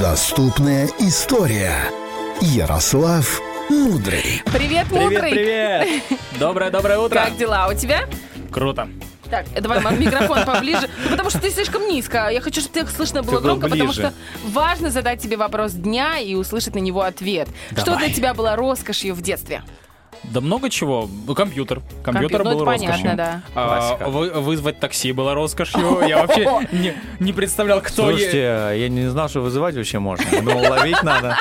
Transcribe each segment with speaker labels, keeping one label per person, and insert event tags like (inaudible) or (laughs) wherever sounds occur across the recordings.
Speaker 1: Доступная история. Ярослав Мудрый.
Speaker 2: Привет,
Speaker 3: Привет,
Speaker 2: мудрый.
Speaker 3: привет!
Speaker 2: (laughs)
Speaker 3: Доброе-доброе утро!
Speaker 2: Как дела у тебя?
Speaker 3: Круто.
Speaker 2: Так, э, давай мам, микрофон поближе. (laughs) Ну, потому что ты слишком низко. Я хочу, чтобы тебя слышно было
Speaker 3: был
Speaker 2: громко, потому
Speaker 3: ближе.
Speaker 2: что важно задать тебе вопрос дня и услышать на него ответ. Что
Speaker 3: Давай.
Speaker 2: для тебя было роскошью в детстве?
Speaker 3: Да много чего. Ну, Компьютер.
Speaker 2: Компьютер,
Speaker 3: Компьютер
Speaker 2: ну,
Speaker 3: был
Speaker 2: это понятно,
Speaker 3: роскошью.
Speaker 2: да.
Speaker 3: А,
Speaker 4: Классика.
Speaker 3: вы- вызвать такси
Speaker 2: (laughs)
Speaker 3: было роскошью. Я вообще не, не представлял, кто е-
Speaker 4: Слушайте, а, я не знал, что вызывать вообще можно. Я думал, ловить надо.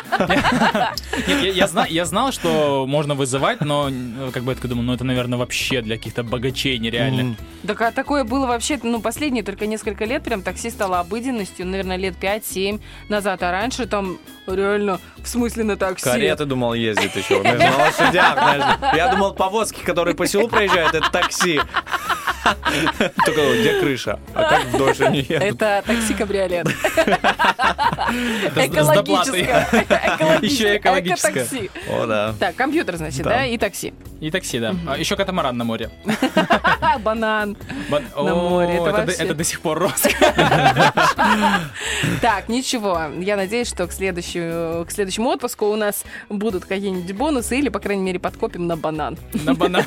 Speaker 3: Нет, я, я, зна- я знал, что можно вызывать, но э, как бы я такой думал, ну это, наверное, вообще для каких-то богачей нереально.
Speaker 2: Так а такое было вообще, ну, последние только несколько лет прям такси стало обыденностью, наверное, лет 5-7 назад, а раньше там реально, в смысле на такси.
Speaker 4: Кареты, думал, ездит еще. Мы же на лошадях, знаешь. Я думал, повозки, которые по селу проезжают, это такси. Только где крыша? А как вдоль же не едут?
Speaker 2: Это такси-кабриолет.
Speaker 3: Это с- с доплатой.
Speaker 2: Экологическое.
Speaker 3: (laughs) Еще и экологическое.
Speaker 2: Экотакси.
Speaker 4: О, да.
Speaker 2: Так, компьютер, значит,
Speaker 4: Да.
Speaker 2: да, и такси.
Speaker 3: И такси, да. А еще катамаран на море.
Speaker 2: А, банан.
Speaker 3: Бан-
Speaker 2: На
Speaker 3: О,
Speaker 2: море, это
Speaker 3: это, до-
Speaker 2: вообще-
Speaker 3: это до сих пор роскошь.
Speaker 2: Так, ничего. Я надеюсь, что к, следующему, к следующему отпуску у нас будут какие-нибудь бонусы или, по крайней мере, подкопим на банан.
Speaker 3: (laughs)
Speaker 2: (laughs)
Speaker 3: На (laughs) банан.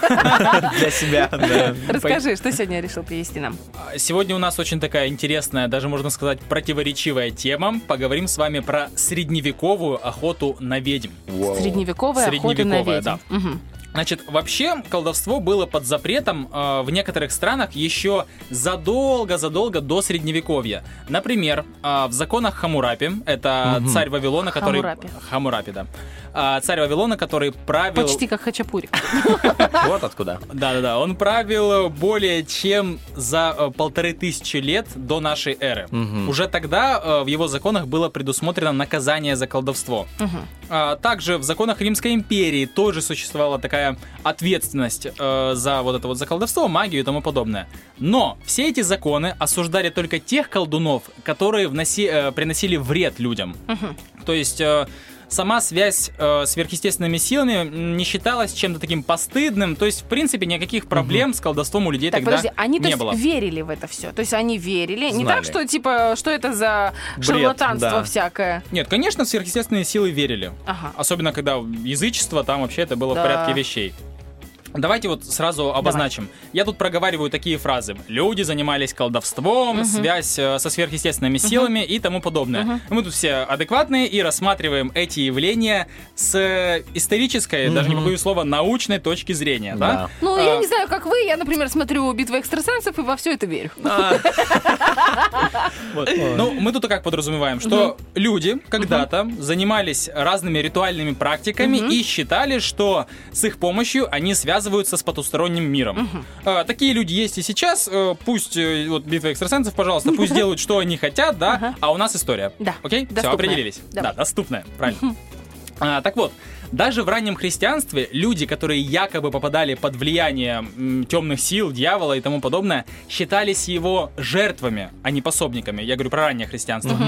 Speaker 4: Для себя, да.
Speaker 2: Расскажи, что сегодня решил привести нам?
Speaker 3: Сегодня у нас очень такая интересная, даже можно сказать, противоречивая тема. Поговорим с вами про средневековую охоту на ведьм.
Speaker 2: Средневековая охота на
Speaker 3: Средневековая,
Speaker 2: ведьм.
Speaker 3: да.
Speaker 2: Мгм.
Speaker 3: Значит, вообще колдовство было под запретом э, в некоторых странах еще задолго-задолго до средневековья. Например, э, в законах Хамурапи, это
Speaker 4: Мгм.
Speaker 3: царь Вавилона, который...
Speaker 2: Хаммурапи.
Speaker 3: Хаммурапи, да. А, царь Вавилона, который правил...
Speaker 2: Почти как хачапури.
Speaker 4: Вот откуда.
Speaker 3: Да-да-да, он правил более чем за э, полторы тысячи лет до нашей эры.
Speaker 4: Мгм.
Speaker 3: Уже тогда э, в его законах было предусмотрено наказание за колдовство.
Speaker 2: Мгм.
Speaker 3: А, также в законах Римской империи тоже существовала такая ответственность э, за вот это вот за колдовство, магию и тому подобное. Но все эти законы осуждали только тех колдунов, которые вноси- э, приносили вред людям.
Speaker 2: Мгм.
Speaker 3: То есть э, сама связь э, сверхъестественными силами м, не считалась чем-то таким постыдным. То есть, в принципе, никаких проблем с колдовством у людей
Speaker 2: Так,
Speaker 3: тогда
Speaker 2: подожди, они то
Speaker 3: не
Speaker 2: есть,
Speaker 3: было.
Speaker 2: верили в это все? То есть они верили? Не
Speaker 4: Знали.
Speaker 2: так, что типа, что это за
Speaker 4: Бред,
Speaker 2: шарлатанство
Speaker 4: да.
Speaker 2: всякое?
Speaker 3: Нет, конечно, в сверхъестественные силы верили.
Speaker 2: Ага.
Speaker 3: Особенно когда язычество, там вообще это было
Speaker 2: Да.
Speaker 3: в порядке вещей. Давайте вот сразу обозначим. Я тут проговариваю такие фразы. Люди занимались колдовством, связь э, со сверхъестественными силами и тому подобное. Мы тут все адекватные и рассматриваем эти явления с э, исторической, даже не
Speaker 4: Мгм.
Speaker 3: побоюсь слова, научной точки зрения, да?
Speaker 2: Ну,
Speaker 3: А.
Speaker 2: я не знаю, как вы, я, например, смотрю «Битвы экстрасенсов» и во все это верю. А.
Speaker 3: Вот. Ну, мы тут как подразумеваем, что люди когда-то занимались разными ритуальными практиками и считали, что с их помощью они связываются с потусторонним миром. А, Такие люди есть и сейчас. э, Пусть э, вот битва экстрасенсов, пожалуйста,
Speaker 2: (laughs)
Speaker 3: пусть делают, что они хотят, да. А у нас история.
Speaker 2: Да.
Speaker 3: Окей? Все,
Speaker 2: Доступная.
Speaker 3: определились.
Speaker 2: Да.
Speaker 3: Да, доступная. Правильно. А, так вот, даже в раннем христианстве люди, которые якобы попадали под влияние м, темных сил, дьявола и тому подобное, считались его жертвами, а не пособниками. Я говорю про раннее христианство.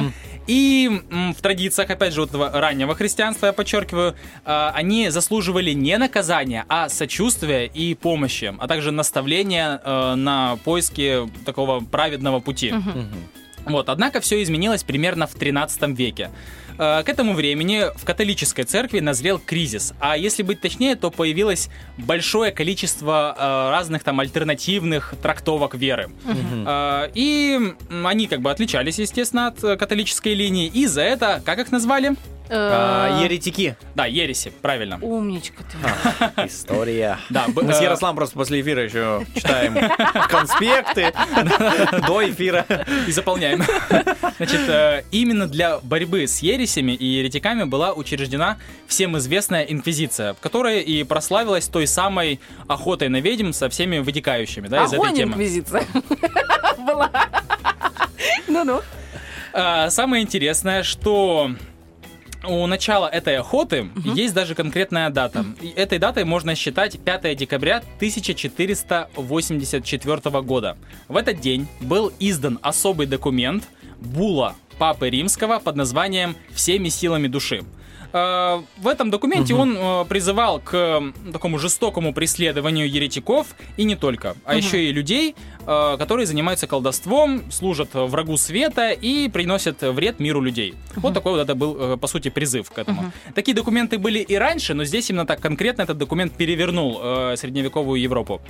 Speaker 3: И м, в традициях, опять же, вот этого раннего христианства, я подчеркиваю, а, они заслуживали не наказания, а сочувствия и помощи, а также наставления э, на поиски такого праведного пути. Вот, однако все изменилось примерно в 13 веке. Э, К этому времени в католической церкви назрел кризис, а если быть точнее, то появилось большое количество э, разных там альтернативных трактовок веры.
Speaker 4: Хм.
Speaker 3: Э, И м, они как бы отличались, естественно, от э, католической линии, и за это, как их назвали?
Speaker 4: А, А,
Speaker 2: Э,
Speaker 4: Еретики.
Speaker 3: Да, ереси, правильно.
Speaker 2: Умничка ты.
Speaker 4: История.
Speaker 3: Да, б-
Speaker 4: Мы с
Speaker 3: э,
Speaker 4: Ярославом просто после эфира еще читаем конспекты (laughs) до эфира.
Speaker 3: и заполняем. (laughs) Значит, э, именно для борьбы с ересями и еретиками была учреждена всем известная инквизиция, которая и прославилась той самой охотой на ведьм со всеми вытекающими, да, из этой
Speaker 2: Огонь
Speaker 3: темы.
Speaker 2: инквизиция (laughs) была. Ну-ну.
Speaker 3: А, Самое интересное, что у начала этой охоты есть даже конкретная дата. И этой датой можно считать 5 декабря 1484 года. В этот день был издан особый документ Була Папы Римского под названием «Всеми силами души». Э, В этом документе он э, призывал к э, такому жестокому преследованию еретиков и не только, а еще и людей, э, которые занимаются колдовством, служат э, врагу света и приносят вред миру людей. Вот такой вот это был, э, по сути, призыв к этому. Такие документы были и раньше, но здесь именно так конкретно этот документ перевернул э, средневековую Европу.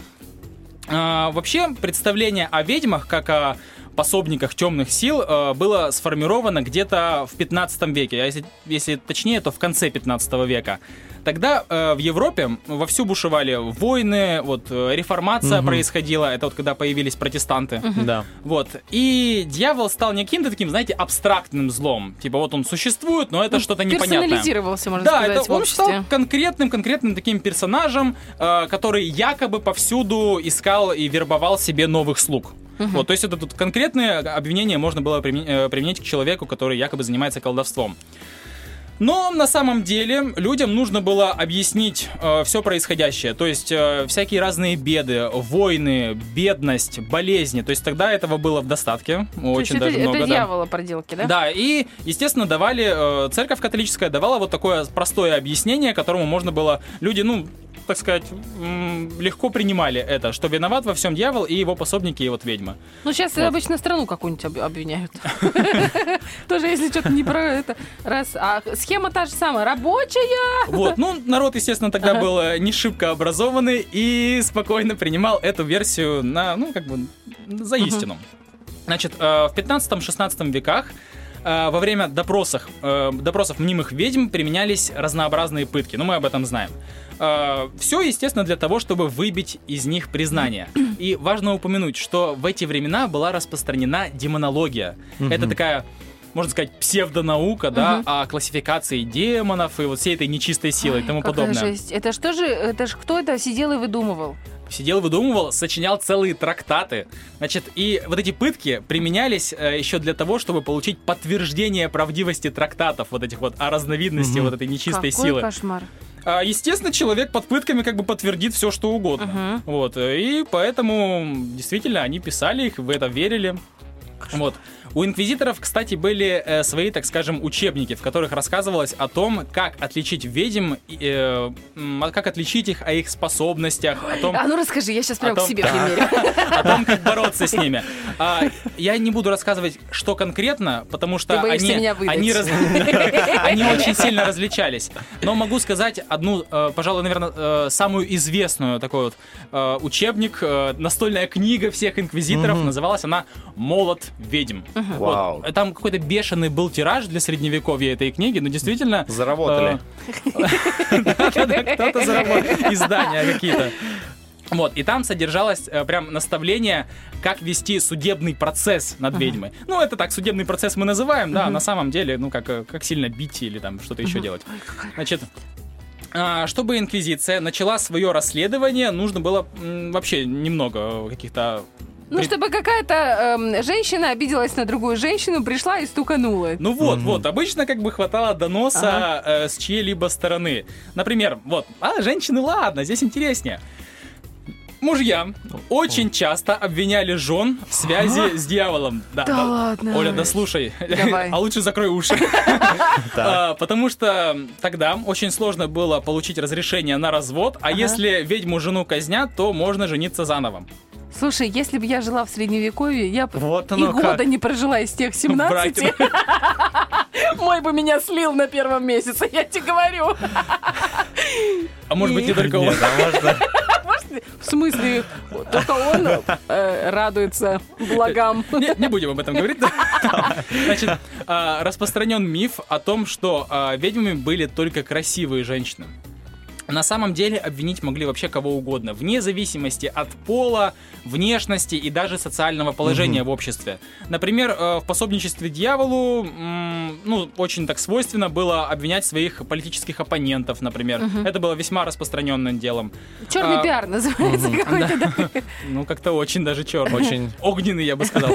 Speaker 3: А, Вообще, представление о ведьмах как о пособниках темных сил э, было сформировано где-то в 15 веке, а если, если точнее, то в конце 15 века. Тогда э, в Европе вовсю бушевали войны, вот э, реформация происходила, это вот когда появились протестанты.
Speaker 4: Да.
Speaker 3: Вот. И дьявол стал не каким-то таким, знаете, абстрактным злом. Типа вот он существует, но это что-то непонятное.
Speaker 2: Персонализировался, можно
Speaker 3: Э, Да,
Speaker 2: сказать,
Speaker 3: это
Speaker 2: в
Speaker 3: он
Speaker 2: обществе.
Speaker 3: стал конкретным, конкретным таким персонажем, э, который якобы повсюду искал и вербовал себе новых слуг. Вот, то есть это тут конкретное обвинение можно было примен- э, применить к человеку, который якобы занимается колдовством. Но на самом деле людям нужно было объяснить все происходящее. То есть э, всякие разные беды, войны, бедность, болезни. То есть тогда этого было в достатке.
Speaker 2: То
Speaker 3: Очень
Speaker 2: есть
Speaker 3: даже
Speaker 2: это,
Speaker 3: много.
Speaker 2: это
Speaker 3: да.
Speaker 2: дьявола проделки, да?
Speaker 3: Да, и, естественно, давали, э, церковь католическая давала вот такое простое объяснение, которому можно было, люди, ну, так сказать, м, легко принимали это, что виноват во всем дьявол и его пособники, и вот ведьма.
Speaker 2: Ну, сейчас
Speaker 3: Вот.
Speaker 2: обычно страну какую-нибудь об-
Speaker 3: (laughs)
Speaker 2: обвиняют. (laughs) Тоже, если что-то не про это. Раз. А схема та же самая. Рабочая.
Speaker 3: Вот, ну, народ, естественно, тогда был э, не шибко образованный и спокойно принимал эту версию на, ну, как бы, за истину. Значит, э, в 15-16 веках э, во время допросов, э, допросов мнимых ведьм применялись разнообразные пытки, но мы об этом знаем. Все, естественно, для того, чтобы выбить из них признание. И важно упомянуть, что в эти времена была распространена демонология. Это такая можно сказать, псевдонаука, да,
Speaker 2: Мгм.
Speaker 3: о классификации демонов и вот всей этой нечистой силы и тому
Speaker 2: Какая
Speaker 3: подобное.
Speaker 2: жесть. Это что же, это ж кто это сидел и выдумывал?
Speaker 3: Сидел, выдумывал, сочинял целые трактаты. Значит, и вот эти пытки применялись э, еще для того, чтобы получить подтверждение правдивости трактатов, вот этих вот о разновидности
Speaker 4: Мгм.
Speaker 3: вот этой нечистой
Speaker 2: Какой
Speaker 3: силы.
Speaker 2: кошмар.
Speaker 3: А, естественно, человек под пытками как бы подтвердит все, что угодно. Вот, э, и поэтому м, действительно они писали их, в это верили. Вот. У инквизиторов, кстати, были э, свои, так скажем, учебники, в которых рассказывалось о том, как отличить ведьм, и, э, м, а как отличить их, о их способностях, о том,
Speaker 2: А ну расскажи, я сейчас прям
Speaker 3: Потом-
Speaker 2: к себе
Speaker 3: (laughs) Да.
Speaker 2: примерю.
Speaker 3: о том, А как бороться с ними. А, я не буду рассказывать, что конкретно, потому что
Speaker 2: Ты боишься
Speaker 3: они,
Speaker 2: меня выдать.
Speaker 3: они, раз- они очень сильно различались. Но могу сказать одну, э, пожалуй, наверное, самую известную такой вот э, учебник, э, настольная книга всех инквизиторов. Называлась она «Молот ведьм». Вот.
Speaker 4: Вау.
Speaker 3: Там какой-то бешеный был тираж для средневековья этой книги, но действительно...
Speaker 4: Заработали.
Speaker 3: э, да-да-да, кто-то
Speaker 2: (laughs)
Speaker 3: заработал. Издания какие-то. Вот, и там содержалось э, прям наставление, как вести судебный процесс над ведьмой. Ну, это так, судебный процесс мы называем, да, на самом деле, ну, как, э, как сильно бить или там что-то еще делать. Значит, а, чтобы инквизиция начала свое расследование, нужно было м, вообще немного э, каких-то...
Speaker 2: Ну,
Speaker 3: пред-
Speaker 2: чтобы какая-то эм, женщина обиделась на другую женщину, пришла и стуканула.
Speaker 3: Ну вот, вот, обычно как бы хватало доноса э, с чьей-либо стороны. Например, вот, а, женщины, ладно, здесь интереснее. Мужья очень часто обвиняли жен в связи с дьяволом. Да,
Speaker 2: Да ладно.
Speaker 3: Оля, дослушай.
Speaker 2: Давай.
Speaker 3: (laughs) А лучше закрой уши. А, Потому что тогда очень сложно было получить разрешение на развод, а если ведьму жену казнят, то можно жениться заново.
Speaker 2: Слушай, если бы я жила в средневековье, я бы
Speaker 4: Вот
Speaker 2: и
Speaker 4: оно
Speaker 2: года
Speaker 4: как.
Speaker 2: не прожила из тех
Speaker 3: В
Speaker 2: 17.
Speaker 3: браке.
Speaker 2: (laughs) Мой бы меня слил на первом месяце, я тебе говорю.
Speaker 3: А может быть, не только он.
Speaker 4: Нет, а можно-
Speaker 2: Может, В смысле, только он э, радуется благам.
Speaker 3: Не, не будем об этом говорить. Значит, а, распространен миф о том, что а, ведьмами были только красивые женщины. На самом деле обвинить могли вообще кого угодно, вне зависимости от пола, внешности и даже социального положения в обществе. Например, э, в пособничестве дьяволу, м, ну, очень так свойственно было обвинять своих политических оппонентов, например. Это было весьма распространенным делом.
Speaker 2: Черный
Speaker 3: А,
Speaker 2: пиар называется какой-то. да.
Speaker 3: Ну, как-то очень даже черный.
Speaker 4: Очень.
Speaker 3: Огненный, я бы сказал.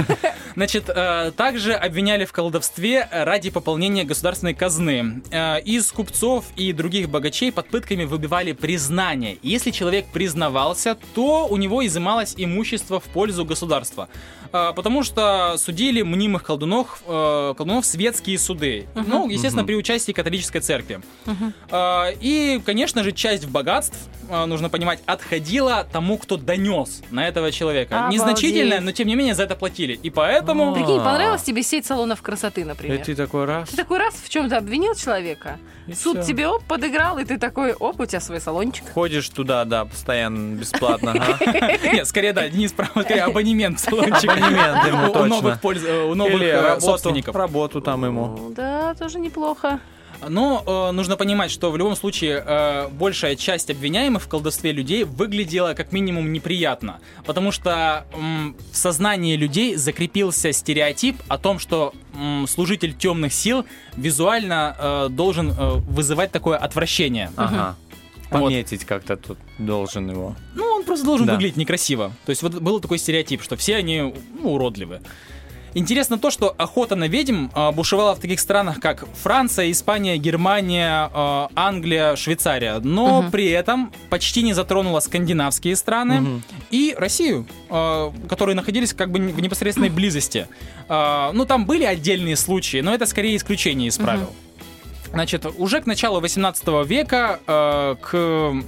Speaker 3: Значит, э, также обвиняли в колдовстве ради пополнения государственной казны. Э, Из купцов и других богачей под пытками выбирали отбивали признание. И Если человек признавался, то у него изымалось имущество в пользу государства. А, Потому что судили мнимых колдунов, э, колдунов светские суды. Ну, естественно, при участии католической церкви. А, И, конечно же, часть богатств, а, нужно понимать, отходила тому, кто донес на этого человека.
Speaker 2: Обалдеть.
Speaker 3: Незначительно, но тем не менее за это платили. И поэтому...
Speaker 2: Прикинь, понравилась тебе сеть салонов красоты, например.
Speaker 4: И ты такой раз.
Speaker 2: Ты такой раз в чем-то обвинил человека,
Speaker 4: И
Speaker 2: суд
Speaker 4: всё.
Speaker 2: тебе оп, подыграл, и ты такой, оп, у тебя свой салончик.
Speaker 4: Ходишь туда, да, постоянно, бесплатно. ага.
Speaker 3: (laughs) Нет, скорее, да, Денис прав, скорее, абонемент в салончик.
Speaker 4: Абонемент
Speaker 3: (laughs)
Speaker 4: ему
Speaker 3: У- у
Speaker 4: точно.
Speaker 3: новых польз- э, у новых
Speaker 4: Или
Speaker 3: э,
Speaker 4: работу,
Speaker 3: собственников.
Speaker 4: работу там ему.
Speaker 2: Ну Да, тоже неплохо.
Speaker 3: Но э, нужно понимать, что в любом случае э, большая часть обвиняемых в колдовстве людей выглядела как минимум неприятно, потому что м, в сознании людей закрепился стереотип о том, что м, служитель темных сил визуально э, должен э, вызывать такое отвращение.
Speaker 4: Ага.
Speaker 3: Вот.
Speaker 4: Пометить как-то тут должен его.
Speaker 3: Ну, он просто должен
Speaker 4: Да.
Speaker 3: выглядеть некрасиво. То есть вот был такой стереотип, что все они ну, уродливы. Интересно то, что охота на ведьм а, бушевала в таких странах, как Франция, Испания, Германия, а, Англия, Швейцария, но
Speaker 2: Мгм.
Speaker 3: при этом почти не затронула скандинавские страны
Speaker 4: Мгм.
Speaker 3: и Россию, а, которые находились как бы в непосредственной близости. А, Ну, там были отдельные случаи, но это скорее исключение из правил. Значит, уже к началу 18 века э, к, м,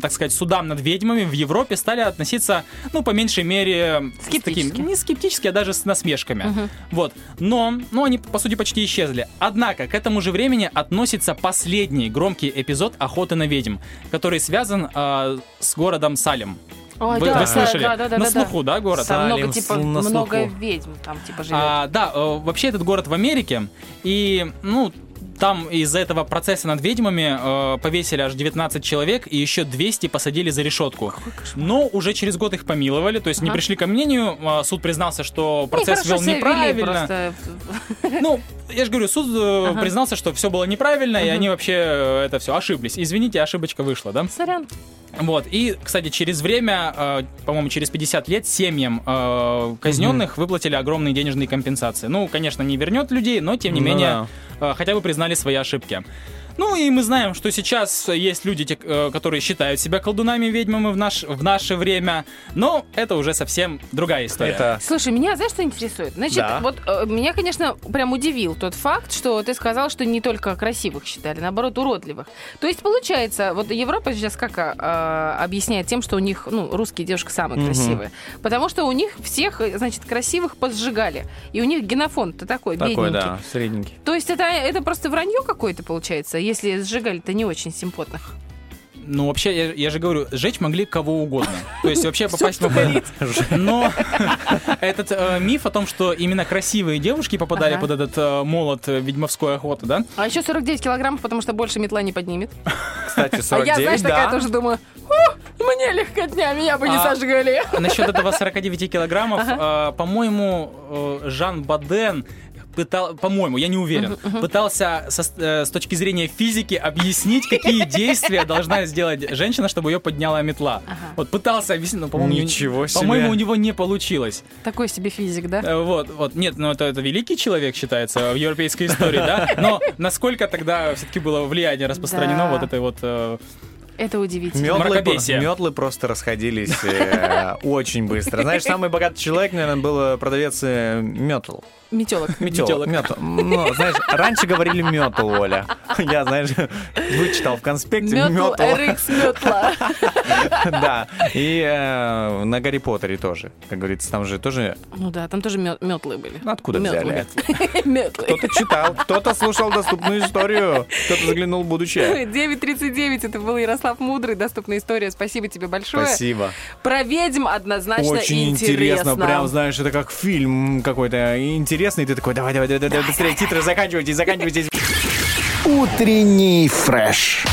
Speaker 3: так сказать, судам над ведьмами в Европе стали относиться, ну, по меньшей мере, с таким-
Speaker 2: Скептически.
Speaker 3: не скептически, а даже с насмешками.
Speaker 2: Мгм.
Speaker 3: Вот. Но, ну, они, по сути, почти исчезли. Однако, к этому же времени относится последний громкий эпизод охоты на ведьм, который связан э, с городом Салем.
Speaker 2: Ой,
Speaker 3: вы,
Speaker 2: да,
Speaker 3: вы
Speaker 2: да,
Speaker 3: слышали?
Speaker 2: Да, да, да,
Speaker 3: на
Speaker 2: да, да.
Speaker 3: слуху, да, город?
Speaker 2: Там
Speaker 4: Салим,
Speaker 2: много, типа,
Speaker 4: сл- на
Speaker 2: много
Speaker 4: слуху.
Speaker 2: ведьм там, типа, живет.
Speaker 3: А, да, э, вообще этот город в Америке, и, ну, там из-за этого процесса над ведьмами э, повесили аж 19 человек и еще 200 посадили за решетку. Но уже через год их помиловали, то есть не
Speaker 2: Ага.
Speaker 3: пришли ко мнению. а, Суд признался, что
Speaker 2: Они
Speaker 3: процесс
Speaker 2: хорошо
Speaker 3: вел
Speaker 2: себя вели
Speaker 3: неправильно.
Speaker 2: просто. э,
Speaker 3: Ну, я же говорю, суд э, признался, что все было неправильно, и они вообще э, это все ошиблись. Извините, ошибочка вышла, да?
Speaker 2: Сорян.
Speaker 3: Вот, и, кстати, через время, э, по-моему, через 50 лет семьям э, казненных выплатили огромные денежные компенсации. Ну, конечно, не вернет людей, но, тем не
Speaker 4: Ну
Speaker 3: менее, э, хотя бы признали свои ошибки. Ну, и мы знаем, что сейчас есть люди, те, э, которые считают себя колдунами, ведьмами в, наш, в наше время, но это уже совсем другая история.
Speaker 4: Это
Speaker 2: Слушай, меня знаешь, что интересует? Значит,
Speaker 4: Да.
Speaker 2: вот э, меня, конечно, прям удивил тот факт, что ты сказал, что не только красивых считали, наоборот, уродливых. То есть, получается, вот Европа сейчас как а, э, объясняет тем, что у них, ну, русские девушки самые
Speaker 4: Мгм.
Speaker 2: красивые. Потому что у них всех, э, значит, красивых поджигали. И у них генофонд-то такой,
Speaker 4: такой,
Speaker 2: бедненький.
Speaker 4: да, средненький.
Speaker 2: То есть это, это просто вранье какое-то получается, если сжигали-то не очень симпотных.
Speaker 3: Ну, вообще, я, я же говорю, сжечь могли кого
Speaker 4: (laughs)
Speaker 3: угодно. То есть вообще попасть в... Но (laughs) этот э, миф о том, что именно красивые девушки попадали
Speaker 2: Ага.
Speaker 3: под этот э, молот э, ведьмовской охоты, да?
Speaker 2: А еще 49 килограммов, потому что больше метла не поднимет.
Speaker 4: Кстати,
Speaker 2: а я,
Speaker 4: 49,
Speaker 2: знаешь,
Speaker 4: да.
Speaker 2: такая тоже думаю, «О, мне легкотня, меня бы не
Speaker 3: А.
Speaker 2: сожгали.
Speaker 3: А Насчет этого 49 килограммов, э, по-моему, э, Жан Баден пытал, по-моему, я не уверен, пытался со- э, с точки зрения физики объяснить,
Speaker 4: (laughs)
Speaker 3: какие действия должна сделать женщина, чтобы ее подняла метла. Вот пытался объяснить, но, по-моему, у него-
Speaker 4: Ничего себе.
Speaker 3: по-моему, у него не получилось.
Speaker 2: Такой себе физик, да?
Speaker 3: Э, Вот, вот. Нет, ну это, это великий человек считается в европейской истории, да? Но насколько тогда все-таки было влияние распространено
Speaker 2: Да.
Speaker 3: вот этой вот... э,
Speaker 2: Это удивительно.
Speaker 4: Мёдлы,
Speaker 3: Мракобесие.
Speaker 4: мёдлы просто расходились э, очень быстро. Знаешь, самый богатый человек, наверное, был продавец э, мётл.
Speaker 2: Метелок.
Speaker 4: Метел.
Speaker 3: Метелок.
Speaker 4: Метел. Ну, знаешь, раньше говорили мётл, Оля. Я, знаешь, вычитал в конспекте
Speaker 2: Метл,
Speaker 4: мётл.
Speaker 2: RX метла.
Speaker 4: (laughs) Да. И э, на Гарри Поттере тоже. Как говорится, там же тоже...
Speaker 2: Ну да, там тоже метлы были.
Speaker 4: Ну, Откуда взяли?
Speaker 2: (laughs) Метлы.
Speaker 4: Кто-то читал, кто-то слушал доступную историю, кто-то заглянул в будущее.
Speaker 2: 9.39, это был Ярослав Мудрый, доступная история. Спасибо тебе большое.
Speaker 4: Спасибо.
Speaker 2: Про ведьм однозначно
Speaker 4: Очень интересно, прям, знаешь, это как фильм какой-то интересный, и ты такой, давай, давай, давай, давай, быстрее, титры заканчивайтесь, заканчивайтесь.
Speaker 1: Утренний фреш.